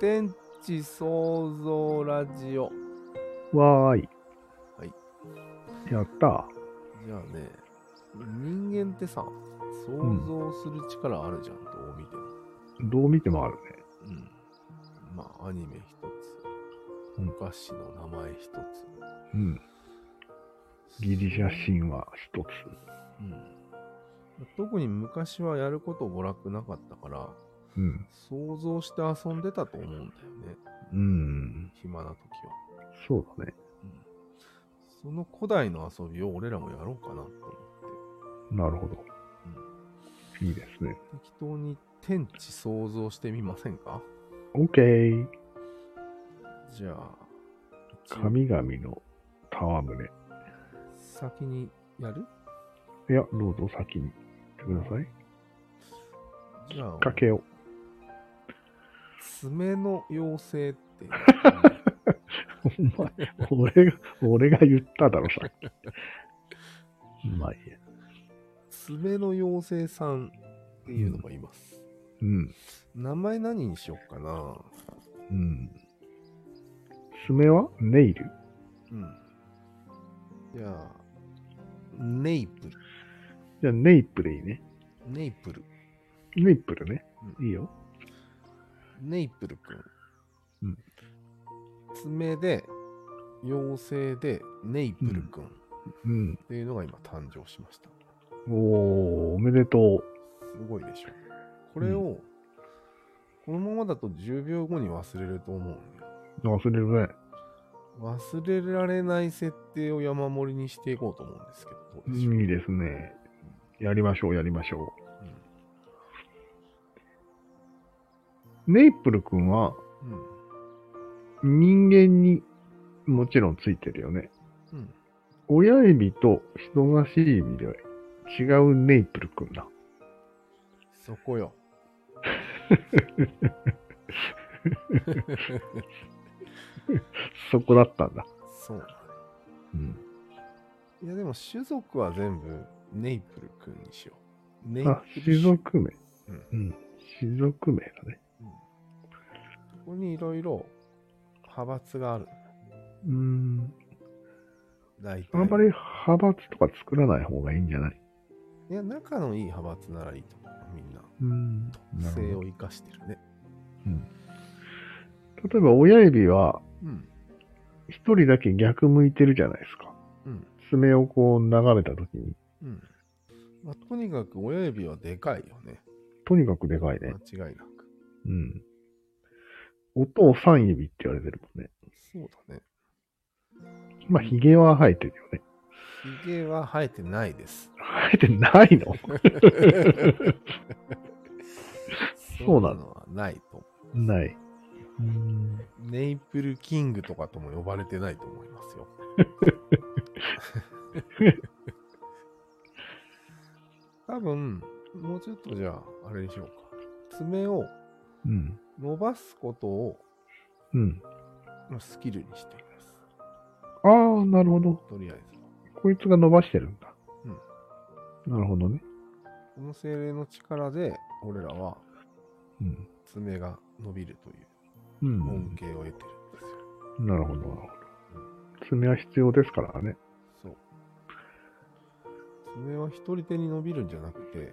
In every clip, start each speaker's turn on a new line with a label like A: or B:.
A: 天地創造ラジオ。
B: わーい。
A: はい。
B: やった。
A: じゃあね、人間ってさ、想像する力あるじゃん、どう見ても。
B: どう見てもあるね。
A: うん。まあ、アニメ一つ、
B: うん
A: お菓子の名前一つ。
B: うん。ギリシャ神話一つ。
A: うん。特に昔はやること娯楽なかったから、
B: うん。
A: 想像して遊んでたと思うんだよね、
B: うん。
A: 暇な時は。
B: そうだね。
A: うん。その古代の遊びを俺らもやろうかなと思って。
B: なるほど。いいですね。
A: 適当に天地創造してみませんか
B: OK。
A: じゃあ、一応
B: 神々の戯れ。
A: 先にやる
B: いや、どうぞ先に言ってください。
A: じゃあ、
B: かけを。
A: 爪の妖精って。
B: お前、俺が、俺が言っただろ、さ っき。まあいいや。
A: 爪の妖精さんっていうのがいます。
B: うん。
A: 名前何にしよっかな
B: うん。爪はネイル。
A: うん。じゃあ、ネイプル。
B: じゃあ、ネイプルいいね。
A: ネイプル。
B: ネイプルね。
A: うん
B: いいよ。
A: ネイプルくん。
B: うん
A: 爪で、妖精で、ネイプルくんっ
B: うん。
A: ていうのが今誕生しました。
B: おお、おめでと
A: すごいでしょ。これを、このままだと10秒後に忘れると思うのよ。
B: う。忘れるね。
A: 忘れられない設定を山盛りにしていこうと思うんですけど、どうでしょう。
B: いいですね。やりましょう、やりましょう。ネイプル君は
A: うん。
B: 人間にもちろんついてるよね。
A: うん。
B: 親指と人差し指では違うネイプル君だ。
A: そこよ。
B: そこだったんだ。
A: そうだね。
B: うん。
A: いや、でも種族は全部ネイプルくんにしよう。ネイ
B: あ、
A: プ
B: 種
A: ル種
B: 族名。
A: うん
B: うん。種族名だね。
A: うんここにいろいろ派閥がある。
B: うん。
A: 大体。
B: あんまり派閥とか作らない方がいいんじゃない
A: いや、仲のいい派閥ならいいと思う。みんな。
B: うん。な
A: 性
B: る
A: を
B: ほど
A: 生かしてるね。
B: 例えば親指は
A: うん。
B: 一人だけ逆向いてるじゃないですか。
A: うん。
B: 爪をこう眺めたときに、
A: うん。まあ、とにかく親指はでかいよね。
B: とにかくでかいね。
A: 間違いなく。
B: うん。音を3指って言われてるもんね。
A: そうだね。
B: まあ、髭は生えてるよね。
A: ひげは生えてないです。
B: 生えてないのそうなの
A: のはないと思
B: ない。うーん。
A: う。ネイプルキングとかとも呼ばれてないと思いますよ。多分、もうちょっとじゃあ、あれにしようか。爪を
B: うん。
A: 伸ばすことを
B: うん。
A: まあスキルにしています。
B: ああ、なるほど。
A: とりあえずは。
B: こいつが伸ばしてるんだ。なるほどね。
A: この精霊の力で、俺らは
B: うん。
A: 爪が伸びるという
B: う
A: 恩
B: ん。
A: 恵を得てるんですよ。
B: なるほど、なるほど。爪は必要ですからね。
A: そう。爪は一人手に伸びるんじゃなくて、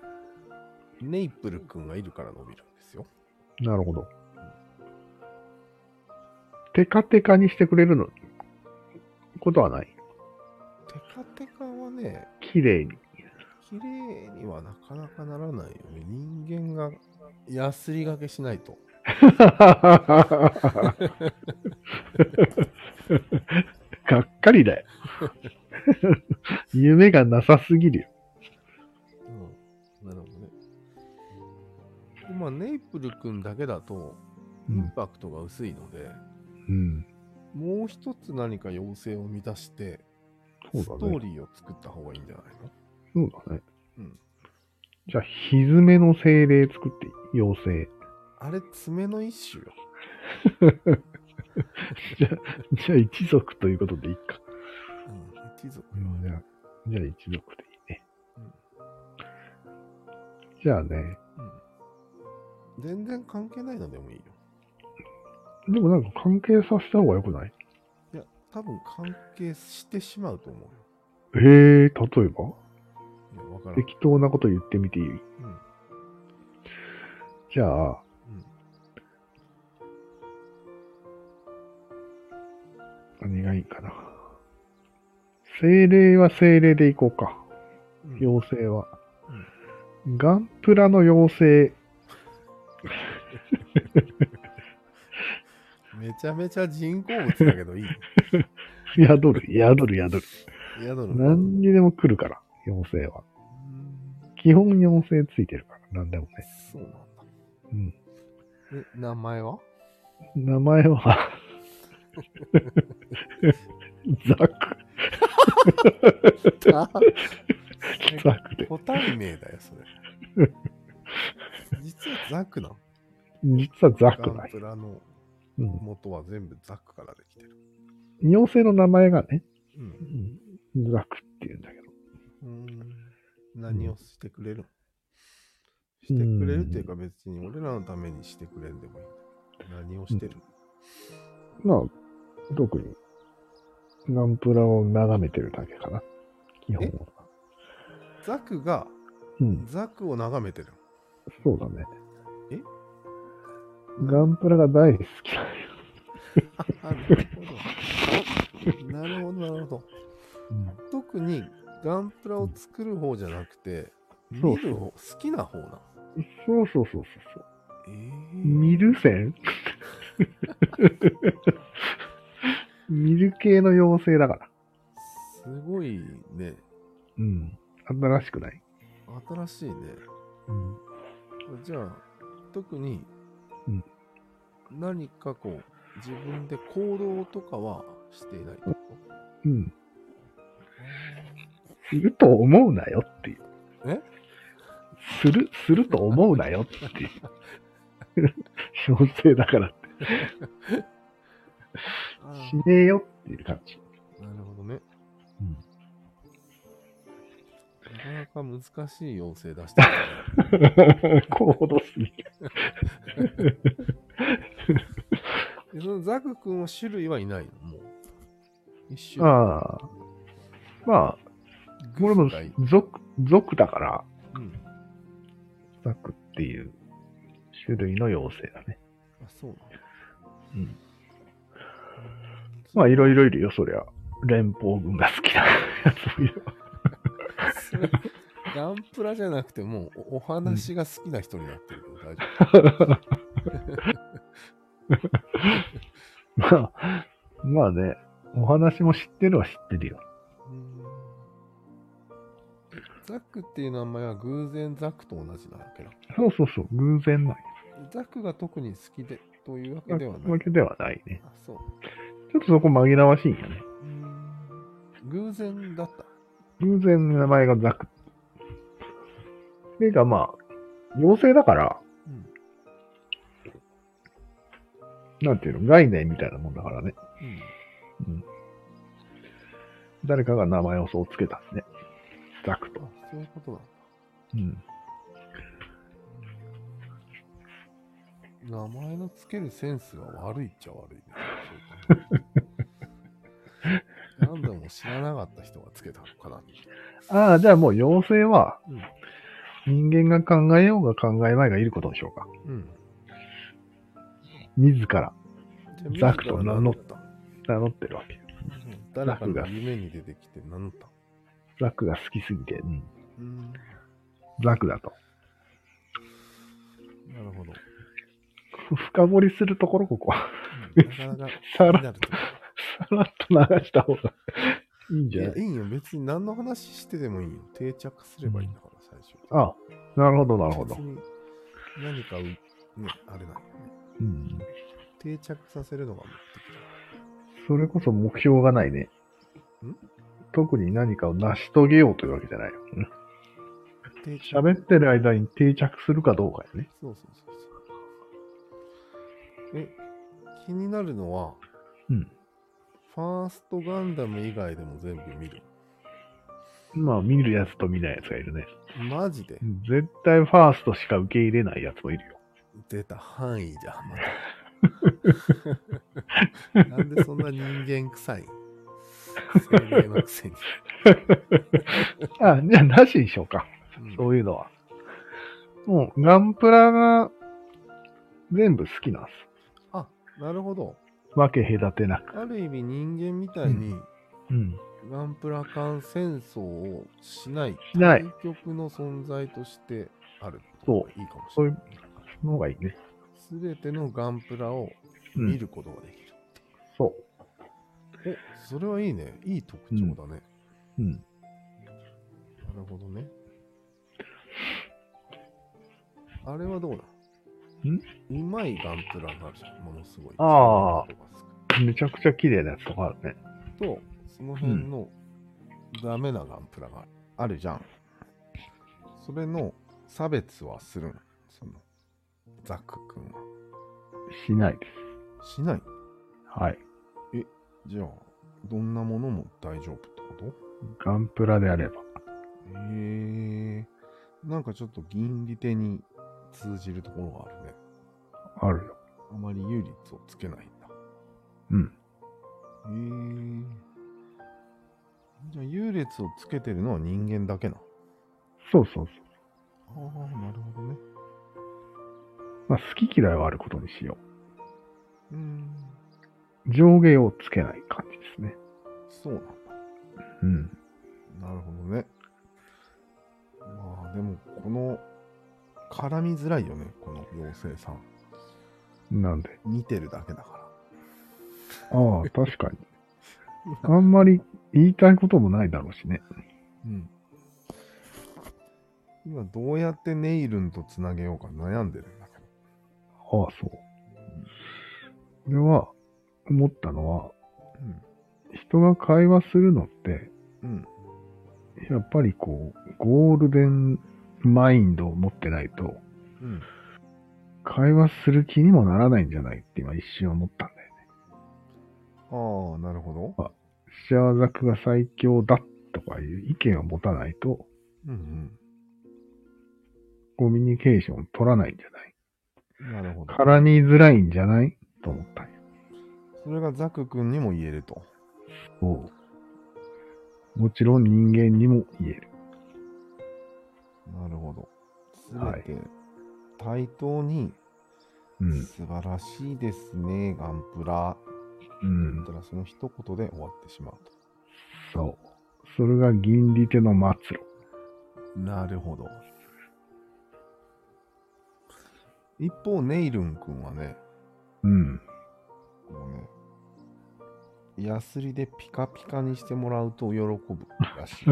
A: ネイプルくんがいるから伸びるんですよ。
B: なるほど。テカテカにしてくれるのことはない。
A: テカテカはね、
B: 綺 麗に。
A: 綺麗にはなかなかならないよね。人間がヤスリがけしないと。
B: がっかりだよ。夢がなさすぎるよ。
A: うん。なるほどね。でまあ、ネイプルくんだけだと、イン。パクトが薄いので、
B: うん。
A: もう一つ何か要請を満たして、
B: そう
A: スト
B: だ
A: ー
B: ね。
A: リーを作った方がいいんじゃないの
B: そうだね。
A: うん。
B: じゃあ、ひずめの精霊作っていい、妖精。
A: あれ、爪の一種よ。
B: じゃあ、じゃあ一族ということでいいか。
A: うん、一族
B: じゃあ、じゃあ一族でいいね。じゃあね。
A: うん全然関係ないのでもいいよ。
B: でもなんか関係させた方が良くない
A: いや、多分関係してしまうと思うよ。
B: えー、例えば
A: いや、わからん。
B: 適当なこと言ってみていい
A: うん。
B: じゃ
A: う
B: あ、
A: ん。
B: 何がいいかな。精霊は精霊でいこう
A: う
B: か。
A: ん
B: 妖精は。ガンプラの妖精。
A: めちゃめちゃ人工物だけ どいい。
B: 宿る、宿る、宿る。
A: 宿の。
B: 何にでも来るから、妖精
A: う
B: は。
A: ん
B: 基本妖精ついてるから、何でもね。
A: そうなんだ。
B: うん。
A: え、名前 は
B: 名前はザク、ザクで。
A: 個体名だよ、それ。 実はザクなの。
B: 実はザク
A: ガ
B: な
A: ン
B: い。
A: プラの
B: うん、
A: 元は全部ザクからできてる。
B: 妖精の名前がね、
A: う。
B: うんん、ザクって言うんだけど。
A: うん何をしてくれるのしてくれるっていうか別に俺らのためにしてくれんでもいい。何をしてる
B: まあ、特に、ガンプラを眺めてるだけかな。基本は。
A: ザクが
B: うん、
A: ザクを眺めてる。
B: そうだね。
A: え
B: ガンプラが大好きだよ。
A: あなるほど。なるほど、なるほど。特にガンプラを作る方じゃなくて、
B: そう
A: 見る方、好きな方なの。
B: そうそうそうそうそう。
A: え
B: 見る線 見る系の妖精だから。
A: すごいね。
B: うん。新しくない。
A: 新しいね。
B: うん。
A: じゃあ、特に
B: うん、
A: 何かこう、自分で行動とかはしていないってこ
B: うん。すると思うなよっていう。
A: え
B: する、すると思うなよっていう。妖精だからって。
A: とあー
B: しねえよっていう感 じ。
A: なるほどね。
B: うん
A: なかなか難しい要請出してるね。
B: 行動すぎて。
A: でそのザク君は種類はいないのもう。一種類。
B: ああ。まあ、これも
A: グフがいい、
B: 族、族だから、
A: うん。
B: ザクっていう種類の妖精だね。
A: あ、そうなの
B: うん。まあ、いろいろいるよ、そりゃ。連邦軍が好きなやつもいる。
A: それガンプラじゃなくてもうおお話が好きな人になってるけど大丈
B: まあ、まあね、お話も知ってるは知ってるよ。
A: 夫。うんザクっていう名前は偶然ザクと同じなわけな。
B: そうそうそう、偶然ない。
A: ザクが特に好きでというわけではな
B: わ
A: い。
B: けではないね。
A: あ、そう。
B: ちょっとそこ紛らわしいよね。
A: うん偶然だった。
B: 偶然の名前がザク。ていうかまあ、妖精だから、
A: うん。
B: なんていうの、概念みたいなもんだからね。
A: うん
B: 誰かが名前をそうつけたんですね。ザクと
A: あ。、そういうことだ。
B: うん。
A: 名前のつけるセンスが悪いっちゃ悪いね。そうか何でも知らなかった人がつけたのかな。
B: ああ、じゃあもう妖精は
A: うん、
B: 人間が考えようが考えまいがいることでしょうか。
A: うん。
B: 自ら
A: じゃあ
B: ザクと名乗っ
A: 自ら
B: 名乗ってるわけよ。
A: 誰かの夢に出てきて名乗った。
B: ザクが好きすぎて、うん。
A: うん。
B: ザクだと。
A: なるほど。
B: 深掘りするところ、ここは。
A: うんなかなか
B: さ
A: 気に
B: ら、
A: なるとこ
B: さらっと流した方がいいん
A: い
B: じゃ
A: や
B: な、い
A: いいよ。別に何の話してでもいいよ。定着すればいいんだから、最初。
B: ああ、なるほど、なるほど
A: 別。に何かう、ね、あれだよね。
B: うん。
A: 定着させるのが目
B: それこそ目標がないね
A: ん。
B: 特に何かを成し遂げようというわけじゃないよ。うん
A: 的だ。定着
B: 喋ってる間に定着するかどうかよね。
A: そうそうそうそう。え、気になるのは、
B: うん。
A: ファーストガンダム以外でも全部見る。
B: うまあ、見るやつと見ないやつがいるね。
A: マジで
B: 絶対ファーストしか受け入れないやつもいるよ。
A: 出た範囲じゃん、ま た。なんでそんな人間臭い生命のく せに。
B: あ、じゃあ、なしにしようか。
A: うん
B: そういうのは。もう、ガンプラが全部好きなんで
A: あ、なるほど。
B: す。わけ隔てなく。
A: ある意味人間みたいに、
B: うん。
A: ガンプラ間戦争をしない、
B: しない
A: 究極の存在としてある。
B: そう
A: いいかもし
B: そ
A: れ
B: う
A: ない
B: い。う、その方がいいね。
A: すべてのガンプラを
B: う
A: 見
B: ん。
A: ることができる。
B: そ
A: お、それはいいね。いい特徴だね。
B: う。うん。
A: なるほどね。あれはどうだ
B: ん
A: うまいガンプラがあるじゃん。ものすごい。
B: あー
A: 作ることが
B: めちゃくちゃ綺麗なやつとかあるね。
A: 少ないと、その辺のダメなガンプラがある,、じゃん。それの差別はするんその、ザック君は。
B: しないです。
A: しない。
B: はい。
A: じゃあ、どんなものも大丈夫ってこと
B: ガンプラであれば。
A: へえ。なんかちょっと銀利手に通じるところがあるね。
B: あるよ。
A: あまり優劣をつけないんだ。
B: うん。
A: へえ。じゃあ優劣をつけてるのは人間だけな。
B: そうそうそう。
A: ああ、なるほどね。
B: まあ、好き嫌いはあることにしよ
A: うーん。
B: う。上下をつけない感じですね。
A: そうなんだ。
B: うん。
A: なるほどね。まあでも、この、絡みづらいよね、この妖精さん。
B: なんで。
A: 見てるだけだから。
B: ああ、確かに。あんまり言いたいこともないだろうしね。
A: うん。今どうやってネイルンとつなげようか悩んでるんだけど。
B: ああ、そう。これは、思ったのは、人が会話するのって、
A: うん。うん。
B: やっぱりこう、ゴールデンマインドを持ってないと、
A: うん。
B: 会話する気にもならないんじゃないって今一瞬思ったんだよね。
A: ああ、なるほど。
B: シャワザクが最強だとかいう意見を持たないと、
A: うん
B: コミュニケーションを取らないんじゃない
A: うん。なるほど。
B: 絡みづらいんじゃないと思ったんよ。
A: それがザク君にも言えると。
B: そうもちろん人間にも言える。
A: なるほど。す
B: はい
A: べて対等に、
B: うん。
A: 素晴らしいですね、ガンプラ。
B: うん
A: だったらその一言で終わってしまう
B: そう。それが銀利手の末路。
A: と。なるほど。一方、ネイルン君はね、
B: うん。
A: もうね、ヤスリでピカピカにしてもらうと喜ぶらしい。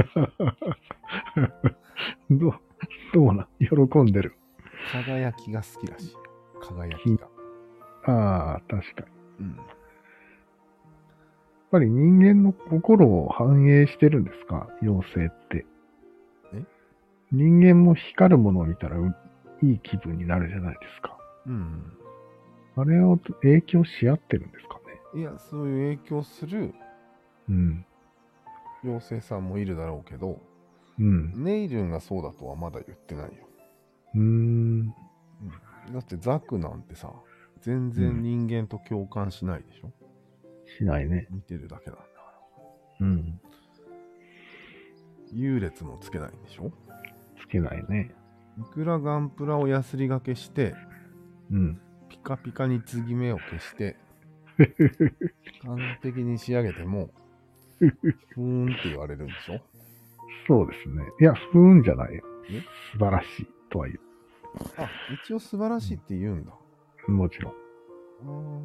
B: どう、 どうな、喜んでる。
A: 輝きが好きらしい。輝きが。
B: ああ、確かに。や
A: うん。
B: っぱり人間の心を反映してるんですか妖精って。
A: え
B: 人間も光るものを見たらういい気分になるじゃないですか。
A: うん、
B: あれを影響し合ってるんですかね。
A: いや、そういう影響する
B: うん。
A: 妖精さんもいるだろうけど、
B: うん。
A: ネイルンがそうだとはまだ言ってないよ。
B: うーん。
A: だってザクなんてさ、全然人間と共感しないでしょ、
B: しないね。
A: 見てるだけなんだから。
B: うん。
A: 優劣もつけないんでしょ
B: つけないね。
A: いくらガンプラをヤスリがけして、
B: うん。
A: ピカピカに継ぎ目を消 して、完璧に仕上げても、ふーんって言われるんでしょ
B: そうですね。いや、不運じゃないよ
A: え。
B: 素晴らしいとは言
A: あ、一応素晴らしいって言うんだ。
B: う。もちろん。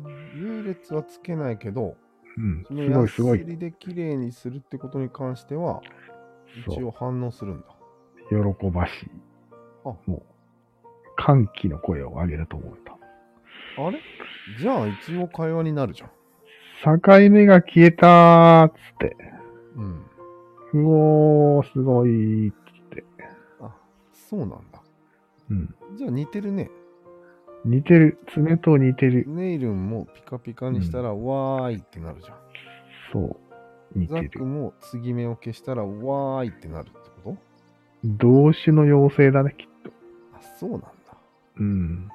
A: うーん優劣はつけないけど、
B: うん。
A: その
B: すご
A: ヤ
B: い
A: ス
B: すごい。
A: リで綺麗にするってことに関しては、
B: そう
A: 一応反応するんだ。
B: 喜ばしい。
A: あ
B: もう、歓喜の声を上げると思った。
A: あれじゃあ一応会話になるじゃん。
B: 境目が消えたーっつって、
A: うん。
B: うおー、すごいーっつって。
A: あ、そうなんだ。
B: うん。
A: じゃあ似てるね。
B: 似てる。爪と似てる。
A: ネイルンもピカピカにしたら、わーいってなるじゃん。
B: そう。似
A: ザ
B: て
A: ック
B: る。
A: も継ぎ目を消したら、わーいってなるってこと
B: 動詞の妖精だね、きっと。
A: あ、そうなんだ。
B: うん。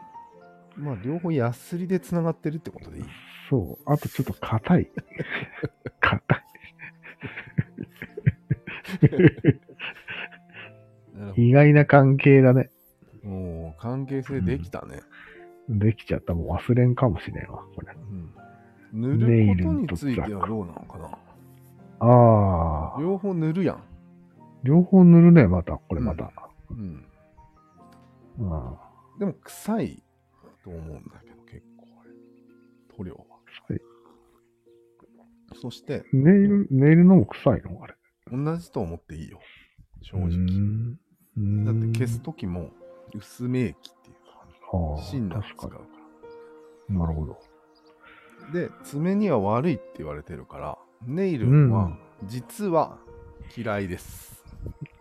A: まあ、両方ヤスリでつながってるってことでいい。
B: そう。あとちょっと硬い。 硬
A: なるほ
B: い。意外な関係だね。
A: ど。もう、関係性できたね。
B: できちゃった。もう忘れんかもしれんわ、これ。
A: うん塗ることについてはどうなのかな
B: ああ。
A: 両方塗るやん。
B: 両方塗るね、また。これまた。
A: うん。
B: うん。
A: でも、臭いと思うんだけど、結構あれ。塗料は。
B: 臭い
A: そして、
B: ネイル、ネイルのも臭いのあれ。
A: 同じと思っていいよ。正
B: うー
A: 直。
B: ん
A: だって消す
B: う
A: ときも、薄め液っていう感じ。
B: ーんああ
A: 芯だ
B: 確
A: 使う
B: か
A: か
B: に。なるほど。
A: ら。で、爪には悪いって言われてるから、ネイルは、実は嫌いです。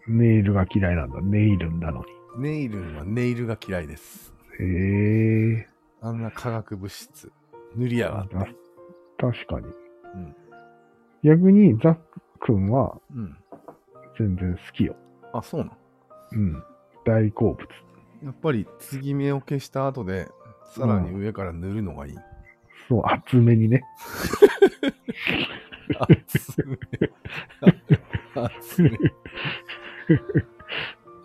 B: ネイルが嫌いなんだ。ネイルんだのに。
A: ネイルはネイルが嫌いです。
B: へえ。
A: あんな化学物質、塗りやがって。
B: 確かに。
A: ん
B: 逆に、ザックンは
A: うん。
B: 全然好きよ。
A: あ、そうなの
B: うん。大好物。
A: やっぱり継ぎ目を消した後で、さらに上から塗るのがいい。
B: そう、厚めにね。
A: 厚め。厚め。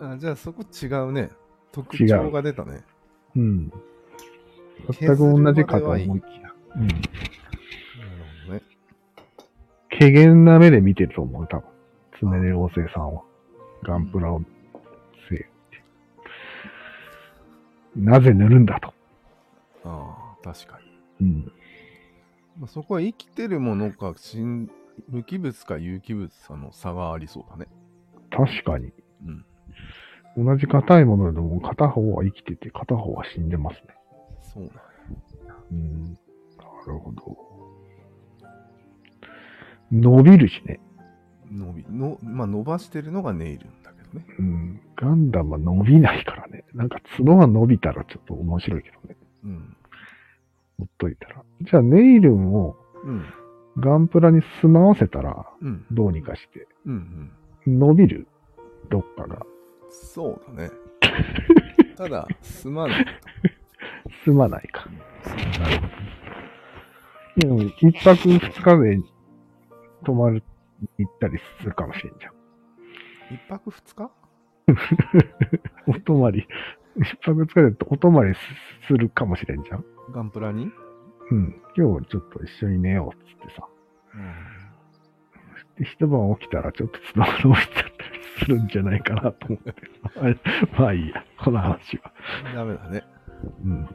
A: あじゃあそこ違うね。特徴が出たね。
B: うん。全く同じかと思い
A: 削るま
B: き
A: で
B: や。うん。
A: なるほどね。
B: 軽減な目で見てると思う、多分。爪で妖精さんは。ガンプラをせい。なぜ塗るんだと。
A: ああ、確かに。
B: うん。
A: まあ、そこは生きてるものか、死ん無機物か有機物かの差がありそうだね。
B: 確かに。
A: うん。
B: 同じ硬いものでも片方は生きてて片方は死んでますね。
A: そうなんや
B: うん。なるほど。伸びるしね。
A: 伸びの、まあ、伸ばしてるのがネイルんだけどね。
B: うん。ガンダムは伸びないからね。なんか角が伸びたらちょっと面白いけどね。
A: うん。
B: ほっといたら。じゃあネイルンを
A: うん。
B: ガンプラに住まわせたら、
A: うん。
B: どうにかして、
A: うんうん。
B: 伸びる、どっかが。
A: そうだ ね。ただ、すまないと。
B: 住まないか。でも、一泊二日で泊まる、行ったりするかもしれんじゃん。
A: 一泊二日
B: お泊まり、一泊二日でお泊まりするかもしれんじゃん。
A: ガンプラに、うん、
B: うん。今日ちょっと一緒に寝ようっつってさ。で一晩起きたらちょっとつながろうしちゃったりするんじゃないかなと思って。 あれまあいいや、この話は。
A: ダメだね。
B: うん。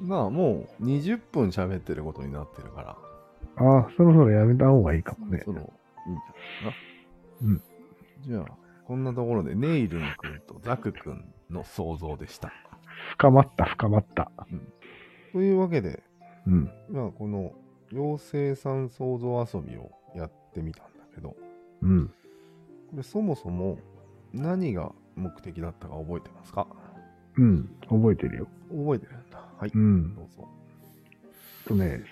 A: まあもう20分喋ってることになってるから、
B: ああ、そろそろやめた方がいいかもね。
A: その、いいん
B: う
A: じゃない
B: ん
A: かな。じゃあ、こんなところでネイルン君とザク君の想像でした。
B: 深まった、深まった。
A: というわけで、
B: うん。
A: まあこの妖精さん想像遊びをやってみたんだけど、
B: うん。
A: これそもそも何が目的だったか覚えてますか
B: うん。覚えてるよ。
A: 覚えてるんだ。はい。
B: うん。
A: どうぞ。
B: とね、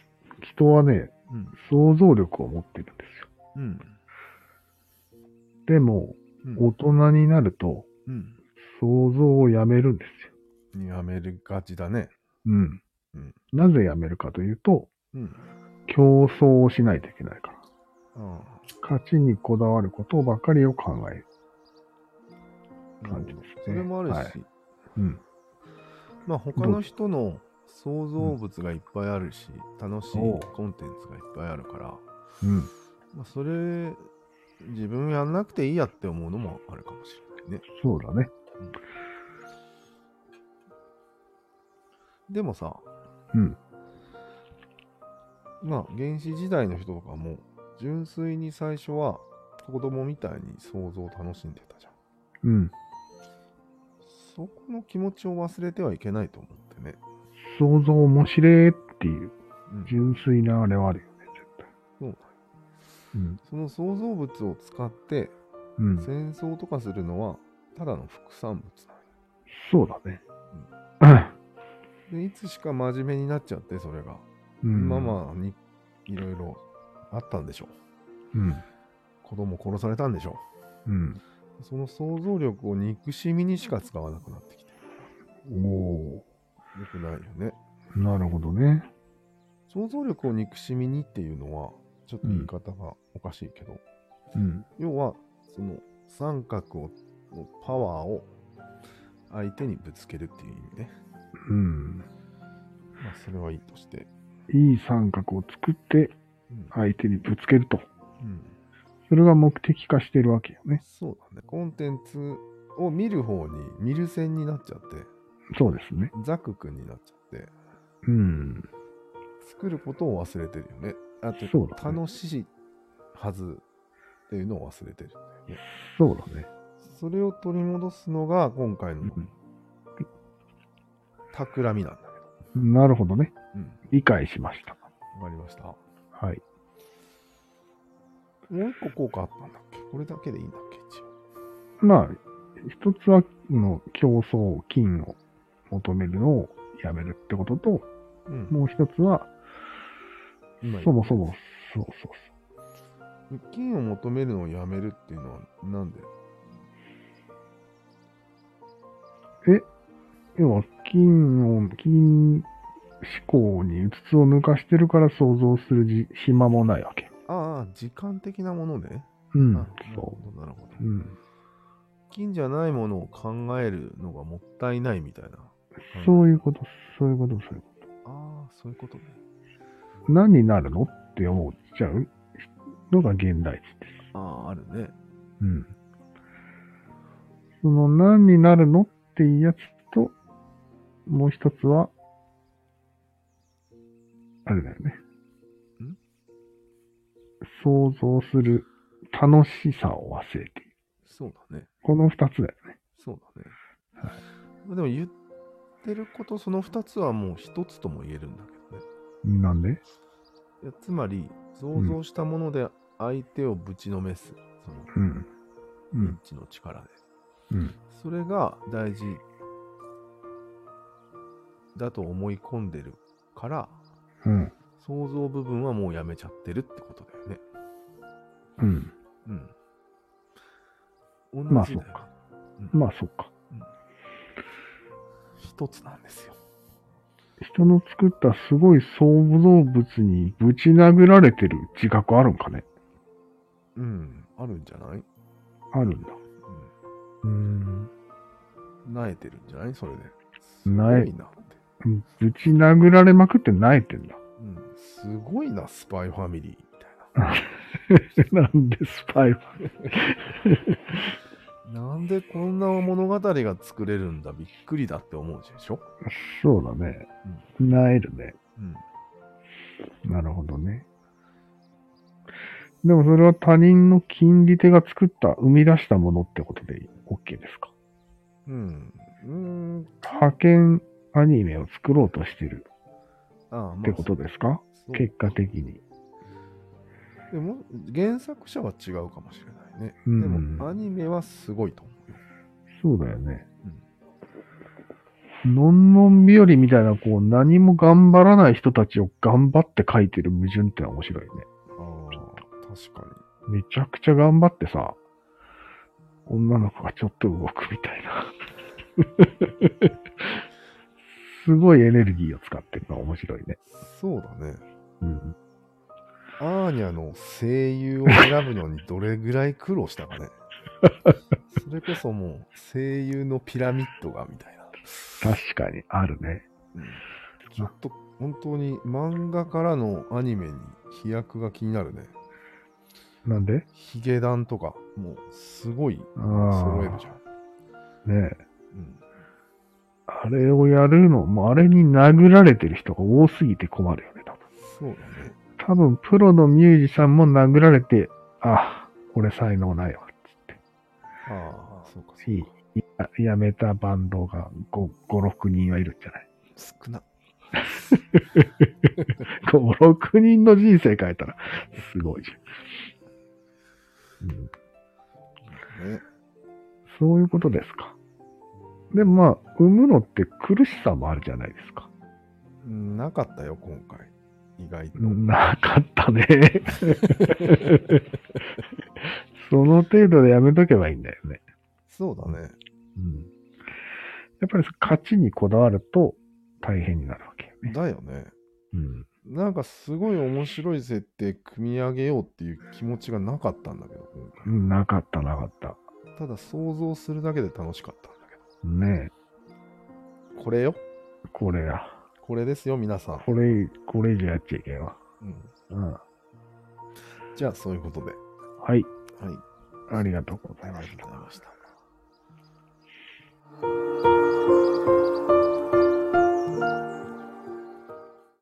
B: 人はね、
A: うん。
B: 想像力を持ってるんですよ。
A: うん。
B: でも、
A: うん
B: 大人になると、
A: うん。
B: 想像をやめるんですよ。
A: やめるがちだね。
B: うん。
A: うん
B: なぜやめるかというと、
A: うん。
B: 競争をしないといけないから。
A: あ
B: 勝ちにこだわることばかりを考える
A: あ
B: 感じですね。
A: それもあるし、
B: はいうん。
A: まあ他の人の想像物がいっぱいあるし、楽しい
B: おう
A: コンテンツがいっぱいあるから、
B: うん。
A: まあ、それ、自分やんなくていいやって思うのもあるかもしれないね。
B: そうだね。
A: でもさ、
B: うん。
A: まあ原始時代の人とかも、純粋に最初は子供みたいに想像を楽しんでたじゃん。
B: うん。
A: そこの気持ちを忘れてはいけないと思ってね。
B: 想像面白いっていう
A: うん
B: 純粋なあれはあるよね、
A: そう
B: 絶対。うん。
A: その想像物を使って
B: うん。
A: 戦争とかするのはただの副産物なんよ
B: そうだね。う
A: でいつしか真面目になっちゃってそれが、
B: ん。
A: ママにいろいろあったんでしょう。
B: うん。
A: 子供殺されたんでしょ
B: うん。
A: う。その想像力を憎しみにしか使わなくなってきて。
B: お
A: よくないよね。
B: ー。なるほどね。
A: 想像力を憎しみにっていうのは、ちょっと言い方がおかしいけど、
B: うん。
A: 要は、その三角をのパワーを相手にぶつけるっていう意味ね。
B: うん。
A: まあ、それはいいとして。
B: いい三角を作って
A: うん
B: 相手にぶつけると。
A: うん
B: それが目的化してるわけよね。
A: そうだね。コンテンツを見る方に見る線になっちゃって、
B: そうですね。
A: ザク君になっちゃって、
B: うん。
A: 作ることを忘れてるよね。あと、
B: そうだね。
A: 楽しいはずっていうのを忘れてる。
B: そうだね。
A: それを取り戻すのが今回の企みなんだけど。
B: うんなるほどね。
A: うん。
B: 理解しました。
A: わかりました。も
B: はい。
A: う一個効果あったんだっけこれだけでいいんだっけ一応。
B: まあ、一つはの競争、金を求めるのをやめるってことと、
A: うん。
B: もう一つは、
A: 今言った
B: そもそも、そうそうそう。
A: 金を求めるのをやめるっていうのはなんで
B: 要は、金を、金思考にうつつを抜かしてるから想像するじ暇もないわけ。
A: ああ、時間的なものね。
B: うん
A: あ、な
B: そ
A: るほど。なるほど
B: う。うん。
A: 金じゃないものを考えるのがもったいないみたいな。
B: そういうこと、そういうこと、そういうこ
A: ああ、そういうことね。
B: と。何になるのって思っちゃうのが現代人です。
A: ああ、あるね。
B: うん。その何になるのっていうやつと、もう一つは、あれだよね。
A: ん
B: 想像する楽しさを忘れている。
A: そうだね。
B: この二つだよね。
A: そうだね。
B: は
A: まあでも言ってること、その2つはもう1つとも言えるんだけどね。
B: なんで
A: いやつまり、想像したもので相手をぶちのめす。その、
B: うん。う
A: 認
B: ん。
A: 知の力で。
B: うん。
A: それが大事だと思い込んでるから、
B: うん。
A: 想像部分はもうやめちゃってるってことだよね。
B: うん。
A: うん。
B: ま
A: 同
B: あ
A: じだよ、
B: そうかまあ、そっか。
A: 一つなんですよ。
B: 人の作ったすごい想像物にぶち殴られてる自覚あるんかね
A: うん。あるんじゃない、
B: あるんだ。う
A: う
B: ん。
A: ん、慣れてるんじゃないそれで。すご
B: ない
A: いなって。
B: ぶち殴られまくって泣いてんだ。
A: うん。すごいな、スパイファミリーみたい
B: なんでスパイは。
A: な。なんでこんな物語が作れるんだ、びっくりだって思うでしょ
B: そうだね。泣えるね。
A: うん。
B: なるほどね。でもそれは他人の金利手が作った、生み出したものってことで OK ですか
A: うん。うん。
B: 派遣アニメを作ろうとしてる
A: ああ、まあ。
B: ってことですか、
A: そう
B: 結果的に。
A: でも、原作者は違うかもしれないね。
B: うん
A: でも、アニメはすごいと思うよ。
B: そうだよね。のんのん日和みたいな、こう、何も頑張らない人たちを頑張って書いてる矛盾ってのは面白いね。
A: ああ、確かに。
B: めちゃくちゃ頑張ってさ、女の子がちょっと動くみたいな。 すごいエネルギーを使ってるのは面白いね。
A: そうだね。
B: うん、
A: アーニャの声優を選ぶのにどれぐらい苦労したか ね。それこそもう声優のピラミッドがみたいな。
B: 確かにあるね。
A: うんちょっと本当に漫画からのアニメに飛躍が気になるね。
B: なんで
A: ヒゲダンとか、もうすごい
B: あ
A: 揃える
B: あ
A: じゃん。
B: ねえ
A: うん、
B: あれをやるのも、あれに殴られてる人が多すぎて困るよね、多分。
A: そうだね。
B: 多分、プロのミュージシャンも殴られて、あ、俺才能ないわ、つっ
A: ああ、そうか、
B: て。
A: そう
B: い
A: か。
B: いややめたバンドが5、5 6人はいるんじゃない
A: 少な。
B: 5、6人の人生変えたら、すごいじゃん。うん
A: ね。
B: そういうことですか。でもまあ、産むのって苦しさもあるじゃないですか。
A: うんなかったよ、今回。意外と。
B: なかったね。 その程度でやめとけばいいんだよね。
A: そうだね。
B: うん。やっぱり勝ちにこだわると大変になるわけよね。
A: だよね。
B: うん。
A: なんかすごい面白い設定組み上げようっていう気持ちがなかったんだけど、今回
B: うんなかった、なかった。
A: ただ想像するだけで楽しかったんだけ
B: ね
A: ど。これよ。
B: え、これや。
A: これですよ、皆さん。
B: これ、これ以上やっちゃいけんわ。
A: うん、
B: うん。
A: じゃあ、そういうことで。
B: はい。
A: はい。
B: ありがとうござい
A: あ
B: ま
A: り
B: し
A: が
B: た
A: とうございました。